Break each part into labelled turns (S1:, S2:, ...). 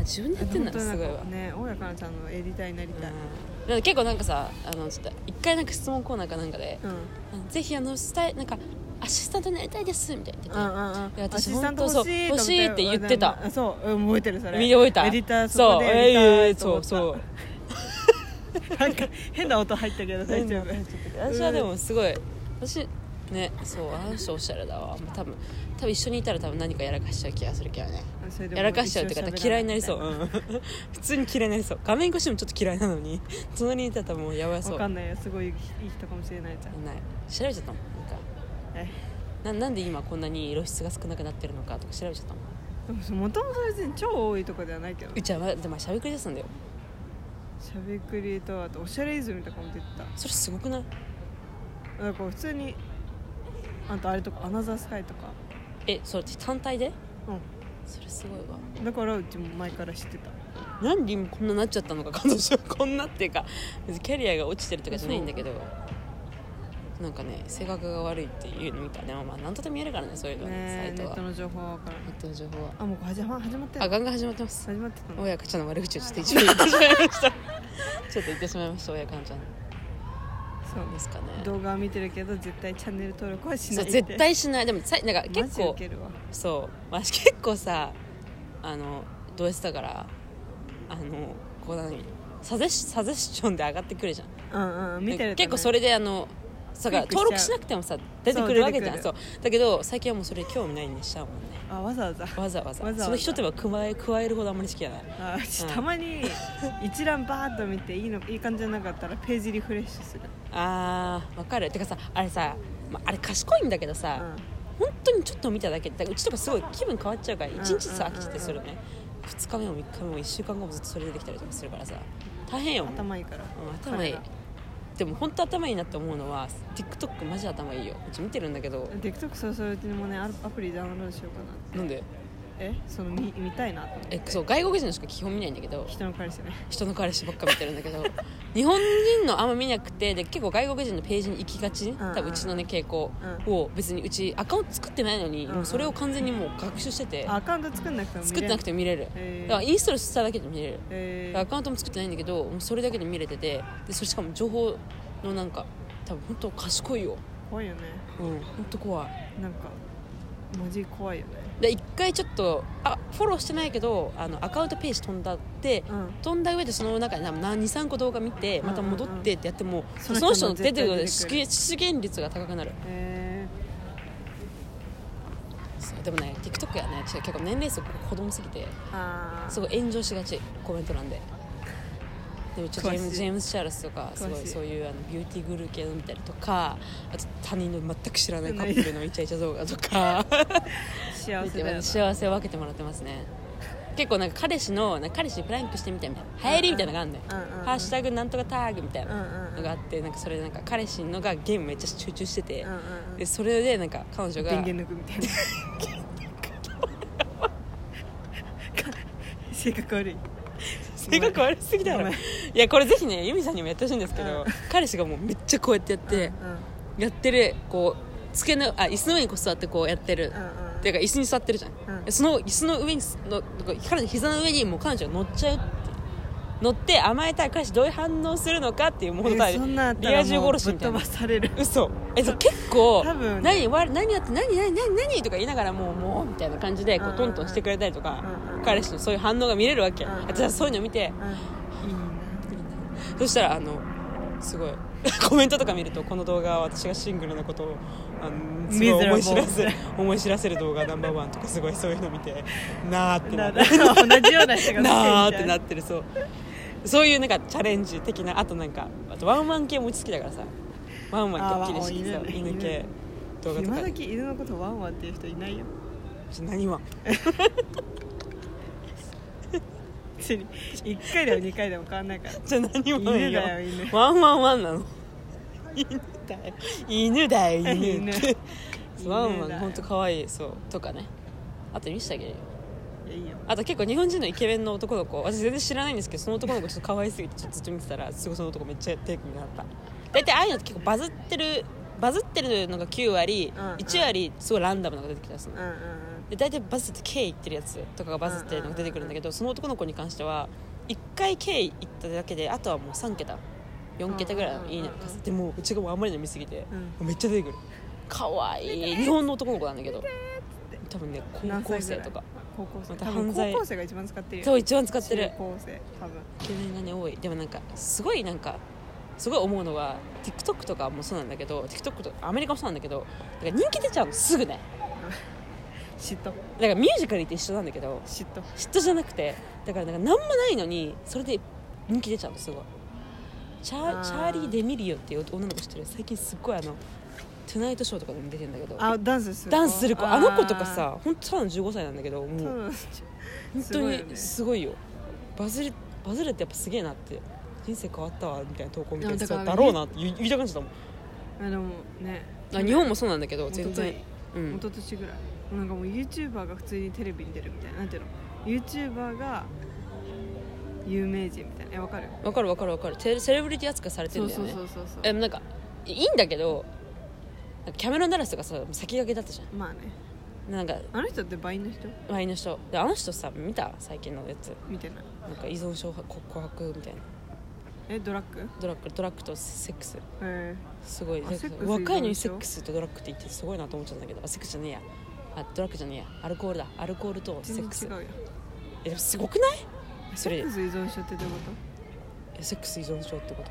S1: 自分でやってんだ
S2: 本当にな
S1: す
S2: ん
S1: ご
S2: か
S1: いわ、
S2: ね大家かなちゃんのエディターになり
S1: うん
S2: たい、
S1: だから結構なんかさあのちょっと一回なんか質問コーナーかなんかで
S2: うん、うん
S1: 「あのぜひあのしたいなんかアシスタントになりたいです」みたいな言
S2: うんうん
S1: ってていや私
S2: アシスタント欲しいと思
S1: 本当そう欲しいって言ってた
S2: うんそううん覚えてるそれ
S1: 見覚えた
S2: エディターそ
S1: そ
S2: こ
S1: う
S2: で
S1: え
S2: エディター
S1: えそうそうう
S2: なんか変な音入ったけど大丈夫
S1: 私はでもすごい私ねそうあの人おっしゃるだわ多分多分一緒にいたら多分何かやらかしちゃう気がするけどね
S2: それでも
S1: やらかしちゃうって方嫌いになりそう、うん 普通に嫌いになりそう画面越しでもちょっと嫌いなのに隣にいたら多分もうやばいそう
S2: わかんないよすごいいい人かもしれないじゃん
S1: ない調べちゃったもんなんか
S2: え
S1: ななんで今こんなに露出が少なくなってるのかとか調べちゃったもん
S2: でももともと別に超多いとかではないけど
S1: うちはまでもしゃべくり出すんだよ
S2: しゃべくりとあとおしゃれイズムとかも出て
S1: それすごくない
S2: たなんか普通にあとあれとかアナザースカイとか
S1: えそれ単体で
S2: う
S1: それすごいわ
S2: んだからうちも前から知ってた
S1: なんで今こんななっちゃったのか彼女は こんなっていうか別にキャリアが落ちてるとかじゃないんだけどなんかね性格が悪いっていうの見たねまあ何とでも見えるからねそういうのは
S2: ね
S1: ね
S2: ネ
S1: サイト
S2: ッ
S1: は
S2: トの情報は分からない
S1: ネットの情報は
S2: あもうこれ始ま始まって
S1: あガンガン始まってます
S2: 始まってたの
S1: 親方ちゃんの悪口をちょっと一応言ってしまいま したちょっと言ってしまいました親方ちゃんの
S2: そう
S1: ですかね
S2: 動画は見てるけど絶対チャンネル登録はしない
S1: そう絶対しないでもさなんか結構
S2: 結構
S1: そう、まあ、結構さあのどうしたからあのこう何サゼシサゼッションで上がってくるじゃん
S2: うんうん見てるとね、
S1: 結構それであのそうか
S2: クリックしちゃう
S1: 登録しなくてもさ出てくるわけじゃん
S2: そ
S1: そううだけど最近はもうそれ興味ないんでしちゃうもんね
S2: あわざわざ
S1: わざわざ
S2: わざわざ
S1: その一手間加え加えるほどあんまり好きじゃない
S2: あ私
S1: うん
S2: たまに一覧バーッと見ていいのいい感じじゃなかったらページリフレッシュする、
S1: あーわかるてかさあれさ、まあ、あれ賢いんだけど
S2: う
S1: さ、
S2: ん
S1: 本当にちょっと見ただけだからうちとかすごい気分変わっちゃうから
S2: ん
S1: 1日さ飽きててそれね2日目も3日目も1週間後もずっとそれ出てきたりとかするからさ大変よもう
S2: 頭いいから
S1: うん頭い
S2: 彼
S1: い
S2: ら
S1: でも本当頭いいなって思うのは TikTok マジ頭いいようち見てるんだけど
S2: TikTok そうそううちにもねアアプリダウンロードしようかな
S1: なんで
S2: えその見見たいなと思って
S1: えそう外国人のしか基本見ないんだけど
S2: 人の彼氏ね
S1: 人の彼氏ばっか見てるんだけど 日本人のあんま見なくてで結構外国人のページに行きがち、
S2: んうん
S1: 多分うちのね傾向
S2: う
S1: を別にうちアカウント作ってないのに、
S2: うんうん
S1: もうそれを完全にもう学習してて、
S2: あアカウント作んなくても見
S1: 作
S2: れ
S1: って
S2: る
S1: なくても見れる、
S2: へー
S1: だからインストールしただけで見れる、
S2: え
S1: アカウントも作ってないんだけどもうそれだけで見れててでそれしかも情報のなんか多分本当賢いよ
S2: ー、怖いよね
S1: うん本当怖い
S2: なんかマジ怖いよね
S1: で一回ちょっとあフォローしてないけどあのアカウントページ飛んだって、
S2: うん
S1: 飛んだ上でその中に23個動画見てまた戻ってってやっても、
S2: ん
S1: その人の出てくる
S2: その人の絶対出て
S1: 出
S2: くる
S1: 現率が高くなる
S2: え
S1: そうでもね TikTok やね違う結構年齢層子供すぎて
S2: ー、あ
S1: すごい炎上しがちコメント欄ででもちょっとジェ
S2: 詳
S1: ーム
S2: しい
S1: ジェームス・チャールスとかすご
S2: 詳し
S1: い
S2: い
S1: そういうあのビューティーグルー系の見たりとかあと他人の全く知らないカップルのイチャイチャ動画とか
S2: あ幸
S1: 見
S2: せ
S1: て
S2: だよ
S1: ま
S2: な
S1: す幸せを分けてもらってますね結構なんか彼氏のなんか彼氏にプランクしてみたいみたいな流行りみたいなのがあるのよ、
S2: うんうんうん
S1: ハッシュタグなんとかタグみたい
S2: うん
S1: な
S2: うんうん
S1: のがあってなんかそれでなんか彼氏のがゲームめっちゃ集中してて、
S2: うんうんうん
S1: でそれでなんか彼女が
S2: 電源抜くみたいな 性格悪い
S1: 性格悪すぎだ
S2: ご
S1: ろ
S2: め
S1: い
S2: ん
S1: やこれぜひねユミさんにもやってほしいんですけど、
S2: うん
S1: 彼氏がもうめっちゃこうやってやって、
S2: うんうん
S1: やってるこう机のあ椅子の上にこう座ってこうやってる、
S2: うん
S1: っていうか椅子に座ってるじゃん、
S2: うん
S1: その椅子の上にの彼女膝の上にもう彼女が乗っちゃうって乗って甘えたい彼氏どういう反応するのかっていう問題
S2: えそんなんあった
S1: リ
S2: ら
S1: ア充
S2: もう
S1: 殺
S2: ぶ
S1: し
S2: っ
S1: みた
S2: 飛
S1: い
S2: ば
S1: な
S2: される
S1: 嘘えそう結構
S2: 多分
S1: 何わ何やって何何何何とか言いながらもうもうみたいな感じでこ
S2: うん
S1: うトントンしてくれたりとか
S2: うん
S1: 彼氏のそういう反応が見れるわけ
S2: うん
S1: 私はそういうの見て
S2: うんいいな
S1: そしたらあのすごい コメントとか見るとこの動画は私がシングルなことをあのすごい思い知らせ 思い知らせる動画ナンバーワンとかすごいそういうの見てなーってな
S2: だ
S1: っ
S2: だ
S1: て
S2: 同じような人が
S1: なーってな
S2: な
S1: ってるそうそういうなんかチャレンジ的なあとなんかあとワンワン系もうち好きだからさワンワンドッキリして
S2: あーワンワン
S1: そう
S2: 犬
S1: 犬系動画と
S2: 今
S1: か
S2: 時犬のことワンワンっていう人いないよ
S1: ちょ何ワン
S2: 別に1回でも2回でも変わん ないから
S1: じゃあ何ワン
S2: 犬だよ犬
S1: ワンワンワンなの犬だよ犬だよ 犬
S2: 犬
S1: ワンワ
S2: 犬だ
S1: ン
S2: よ
S1: 本当可愛いそうとかねあと見せてあげるよ
S2: いやいいよ
S1: あと結構日本人のイケメンの男の子私全然知らないんですけどその男の子ちょっと可愛すぎてちょっとずっと見てたらすごいその男めっちゃ手組にな った大体ああいうのって結構バズってるバズってるのが9割、
S2: うんうん
S1: 1割すごいランダムなのが出てきたりする
S2: うんうんうん
S1: で大体バズって K 行ってるやつとかがバズってるのが出てくるんだけどその男の子に関しては1回 K 行っただけであとはもう3桁4桁ぐらいいいね
S2: うんうんうん
S1: でもうちがもうあんまりの見すぎて
S2: う
S1: めっちゃ出てくるかわいい日本の男の子なんだけど多分ね高
S2: 何
S1: 校
S2: 歳ぐ
S1: 生
S2: らい
S1: とか
S2: 高校生
S1: また
S2: 多分
S1: 犯罪
S2: 高校生が一番使ってるよ
S1: そう一番使ってる
S2: 中高生多分
S1: イケメンがね多いでもなんかすごいなんかすごい思うのは TikTok とかもそうなんだけど TikTok とかアメリカもそうなんだけどなんか人気出ちゃうのすぐね
S2: 嫉妬
S1: だからミュージカルって一緒なんだけど
S2: 嫉妬
S1: 嫉妬じゃなくてだからなんか何もないのにそれで人気出ちゃうのすごいチャ
S2: あ
S1: ー
S2: ー
S1: チャーリー・デミリオっていう女の子知ってる最近すっごいあの「トゥナイトショー」とかでも出てんだけど
S2: あダンスする
S1: ダンスする子あの子とかさ本当ただの15歳なんだけど
S2: あー
S1: もう
S2: そう
S1: 本
S2: す
S1: 当
S2: ごいよ
S1: に
S2: ね
S1: すごいよバズるバズるってやっぱすげえなって人生変わったわみたいな投稿見たり
S2: いやだから
S1: だろうなって言い言いたくなっちゃったもん
S2: あでもね
S1: あ日本もそうなんだけど全然
S2: 一
S1: う
S2: 昨日
S1: ん
S2: 一昨年ぐらいなんかもう YouTuber が普通にテレビに出るみたいななんていうの YouTuber が有名人みたいなえわかる
S1: わかるわかるわかるセレセレブリティ扱いされて
S2: そ
S1: るん
S2: う
S1: だよ
S2: そう
S1: ね
S2: そうそうそ
S1: えなんかいいいんだけどなんかキャメロン・ダラスとかさ先駆けだったじゃ
S2: うまあね
S1: んなんか
S2: あの人って倍の人
S1: 前の人であの人さ見た最近のやつ
S2: みたいな
S1: なんか依存症は告白みたいな
S2: えドラッグ
S1: ドラッグドラッグとセックス
S2: え
S1: すごい
S2: あセックス
S1: 若いの
S2: 依存
S1: にセ
S2: 症
S1: ックスとドラッグって言ってすごいなと思っちゃったんだけどあセックスじゃねえやあドラッグじゃねえやアルコールだアルコールと
S2: ー、
S1: セッ
S2: 全
S1: クス
S2: 然違うよ
S1: えでもすごくないそ
S2: セ
S1: れ
S2: ックス依存症ってどういうこ
S1: えセックス依存症ってこと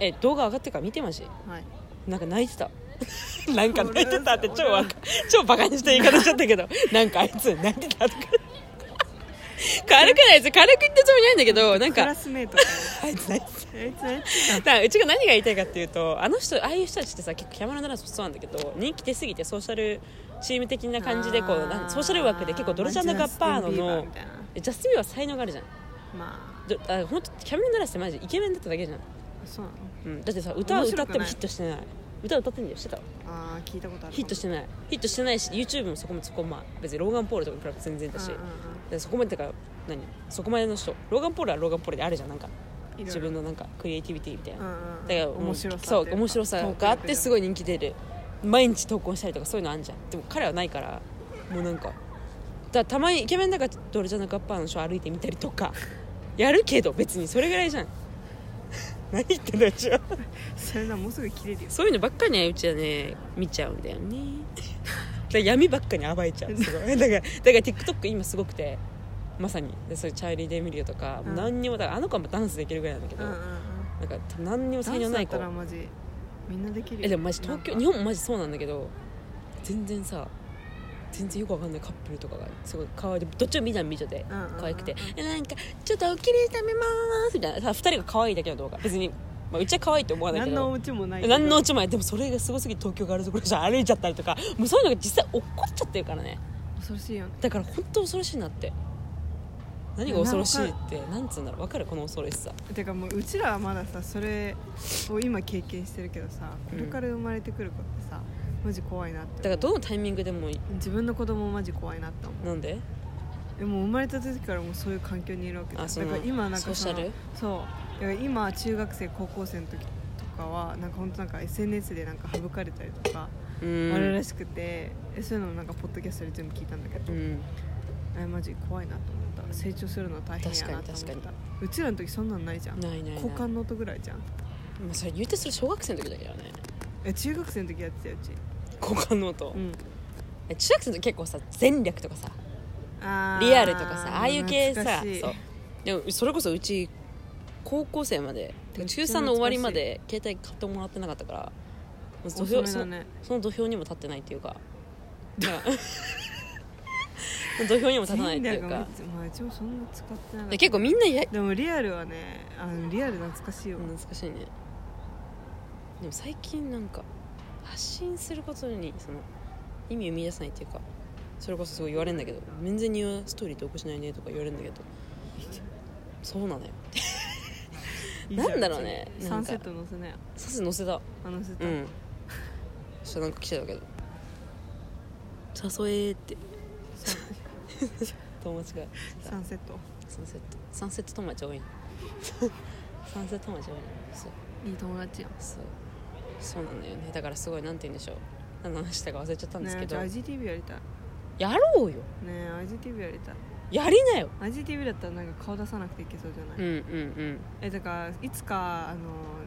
S1: え動画上がってるから見てまし
S2: とはい
S1: なんか泣いてた なんか泣いてたって超わか超バカにした言い方しちゃったけどなんかあいつ泣いてたとか軽くないです軽く言ったつもりないんだけどなん
S2: クラ
S1: か
S2: スメートかよ
S1: あいつ泣いてた
S2: えいつえいつ
S1: だからうちが何が言いたいかっていうとあの人ああいう人たちってさ結構キャメロン・ダラスもそうなんだけど人気出すぎてソーシャルチーム的な感じでこうなんソーシャル枠で結構ドルチャンガッパーノの
S2: ジャスティンビーバーみたいな
S1: えジャスティンビーバーは才能があるじゃん
S2: ま
S1: どあ本当キャメロン・ダラスってマジイケメンだっただけじゃん、
S2: あそうなの
S1: うん、だってさ歌を
S2: 面
S1: 歌
S2: 白
S1: っ
S2: く
S1: ても
S2: ない
S1: ヒットしてない歌歌ってんだよしてた
S2: ああ聞いたことある
S1: ヒットしてないヒットしてないし YouTube もそこもそこもまあ別にローガン・ポールとかに比べて全然だし、
S2: うんうん
S1: でそこまでだから何そこまでの人ローガン・ポールはローガン・ポールであるじゃんなんか
S2: うん、
S1: 自分のなんかクリエイティビティみたいな、
S2: の
S1: だから
S2: 面白さってい
S1: そう面白さがあってすご
S2: い
S1: い人気出る毎日投稿したりとかそういうのあんじゃんでも彼はないからもうなんかだからたまにイケメンだからドルジャナガッパーの人歩いてみたりとかやるけど別にそれぐらいじゃん 何言ってんだよじゃあ
S2: それなもうすぐ切れるよ
S1: そういうのばっかりねうちはね見ちゃうんだよねだから闇ばっかに暴いちゃ うすごいだからだから TikTok 今すごくてまさにでそれチャーリー・デミリオとか、
S2: うん
S1: 何にもだからあの子はダンスできるぐらいなんだけ
S2: う
S1: ど、
S2: んうんうん
S1: なんか何にも才能ない子
S2: ダンスだったらマジみんなできるよ
S1: えでもマジ東京
S2: なん
S1: 日
S2: か
S1: 本もマジそうなんだけど全然さ全然よくわかんないカップルとかがすごい可愛いどっちも見たら見ちゃって
S2: うんうんうんうん
S1: 可愛くて「えなんかちょっとおきれい食べまーす」みたいなさ2人が可愛いだけの動画別に、まあ、うちは可愛いと思わないけ
S2: 何のお
S1: ど
S2: 家もないけど
S1: 何のうちもないでもそれがすごすぎて東京ガールズコレクション歩いちゃったりとかもうそういうのが実際起こっちゃってるからね
S2: 恐ろしいよね
S1: だから本当恐ろしいなって何が恐ろしいってなんつうんだろうわかるこの恐ろしさ
S2: てかもううちらはまださそれを今経験してるけどさこれから生まれてくる子ってさマジ怖いなって思う
S1: だからどのタイミングでも
S2: 自分の子供マジ怖いなって思う
S1: なんで
S2: でも生まれた時からもうそういう環境にいるわけじゃん
S1: あそ
S2: だ
S1: の
S2: から今なんか
S1: ソーシ
S2: そ
S1: ャ
S2: の
S1: ル
S2: そうだから今中学生高校生の時とかはなんか本当なんか SNS でなんか省かれたりとか
S1: う
S2: あるら
S1: ん
S2: しくて、えそういうのもなんかポッドキャストで全部聞いたんだけ
S1: う
S2: ど、
S1: ん
S2: えマジ怖いなと思った成長するの大変やなと思っ
S1: 確かに確
S2: たうちらの時そんなんないじゃん
S1: ないないない
S2: 交換の音ぐらいじゃん
S1: まあ、それ言うてそれ小学生の時だけどね
S2: え中学生の時やってたようち、
S1: 交換ノート
S2: うん、
S1: え中学生の時結構さ前略とかさ
S2: あー
S1: リアルとかさああいう系さ
S2: 懐かしい
S1: そうでもそれこそうち高校生までてか
S2: めっち
S1: 中
S2: ゃ
S1: 3の終わりまで携帯買ってもらってなかったからもう土俵
S2: 遅
S1: そ
S2: めだ
S1: の
S2: ね
S1: その土俵にも立ってないって いうかだから 土俵にも立たないっていう
S2: 全
S1: か
S2: 裸がめっちゃまあうちもそんな使ってなかっ
S1: で
S2: た
S1: 結構みんなや
S2: でもリアルはねあのリアル懐かしいよ、
S1: 懐かしいねでも最近なんか発信することにその意味を見出さないっていうかそれこそすごい言われるんだけど「全然ニューストーリー投稿しないね」とか言われるんだけどそうなのよ
S2: いいじゃ
S1: なんだろうね
S2: 別にサ
S1: なん
S2: ン
S1: か
S2: セット載せなよ
S1: さす載せた
S2: あ載せた、
S1: うんそしたらなんか来てたけど「誘え」って
S2: サ
S1: 友達が
S2: ンサンセット
S1: サンセットサンセット友達多いなサンセット友達多いなそう
S2: いい友達やん
S1: そうそうなんだよねだからすごいなんて言うんでしょう何の話したか忘れちゃったんですけど、
S2: ね、じゃあ IGTV やりたい
S1: やろうよ
S2: ねえ IGTV やりたい
S1: やりなよ
S2: IGTV だったらなんか顔出さなくていけそうじゃない、
S1: うんうん
S2: えだからいつかあの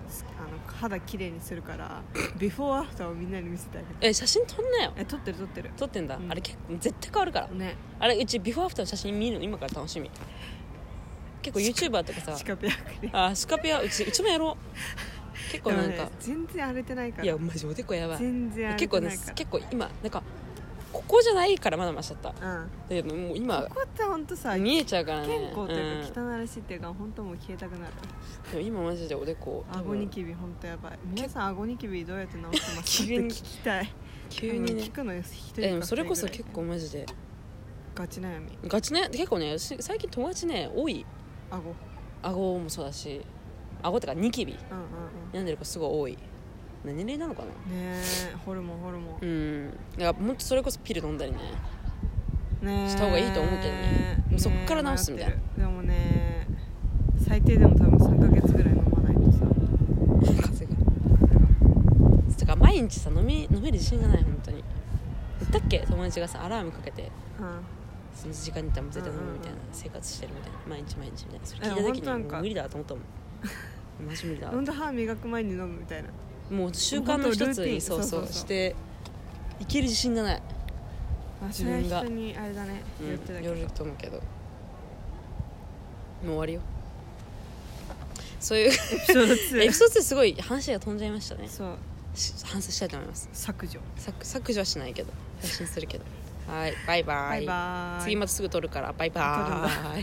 S2: すあの肌きれいにするからビフォーアフターをみんなに見せてあげて
S1: うんえ写真撮んなよ
S2: え撮ってる撮ってる
S1: 撮ってんだ、
S2: うん
S1: あれ結構絶対変わるから
S2: ね
S1: あれうちビフォーアフターの写真見るの今から楽しみ結構 YouTuber とかさ
S2: シカペアクリ
S1: あースカペアうちうちもやろう結構なんか、
S2: 全然荒れてないから
S1: いやマジおでこやばい
S2: 全然荒れ
S1: 結
S2: て
S1: 構
S2: な
S1: ね
S2: いから
S1: 結構今なんかここじゃないからまだましだった
S2: うん
S1: でもう今
S2: ここって本当さ
S1: 見えちゃうからね
S2: 健康という
S1: う
S2: か汚らしいっていうか本当もう消えたくなる
S1: んでも今マジでおでこ多分
S2: 顎ニキビ本当やばい皆さん顎ニキビどうやって直してますかって
S1: 急
S2: 聞
S1: に
S2: きたい
S1: 急
S2: あ
S1: に
S2: の
S1: ね
S2: 聞くのよ一人か
S1: えでも
S2: 二人
S1: それこそ
S2: ぐらい
S1: 結構マジで
S2: ガチ悩み
S1: ガチね結構ねし最近友達ね多い
S2: 顎うん
S1: 顎もそうだし顎とかニキビ
S2: うん
S1: 病んでる子すごい多い年齢なのかな
S2: うんねえホルモンホルモ
S1: うんだからもっとそれこそピル飲んだりね
S2: ンねえ
S1: した方がいいと思うけどねもうそっから直すみたいな
S2: ねえでもね最低でも多分3ヶ月ぐらい飲まないとさ
S1: 風がだから毎日さ飲み飲める自信がない本当に言ったっけ友達がさアラームかけて
S2: うん
S1: その時間に行ったらもう絶対飲むみたいな
S2: うん
S1: 生活してるみたいな毎日毎日みたいなそれ
S2: え
S1: 聞いた時
S2: 本当な
S1: に
S2: ん
S1: も
S2: か
S1: う無理だと 思ったもんマジ無理だ
S2: ほんと歯磨く前に飲むみたいな
S1: もう習慣の
S2: 本当
S1: 一つ
S2: ルーティ
S1: に
S2: ン
S1: そう
S2: そうそう
S1: そう
S2: そう
S1: していける自信がない
S2: まあ
S1: 自
S2: それは
S1: 分が
S2: 人にあれだね
S1: うん
S2: 言ってたけ
S1: よ
S2: ど
S1: ると思うけどもう終わりよそ うい
S2: エ
S1: う
S2: ピソード
S1: エピ
S2: 2
S1: ソード2すごい話が飛んじゃいましたね
S2: そう
S1: し反省したいと思います
S2: 削除
S1: 削削除はしないけど配信するけどはいバイバ
S2: バ
S1: イ
S2: イバーイ
S1: 次またすぐ撮るからバイバーイ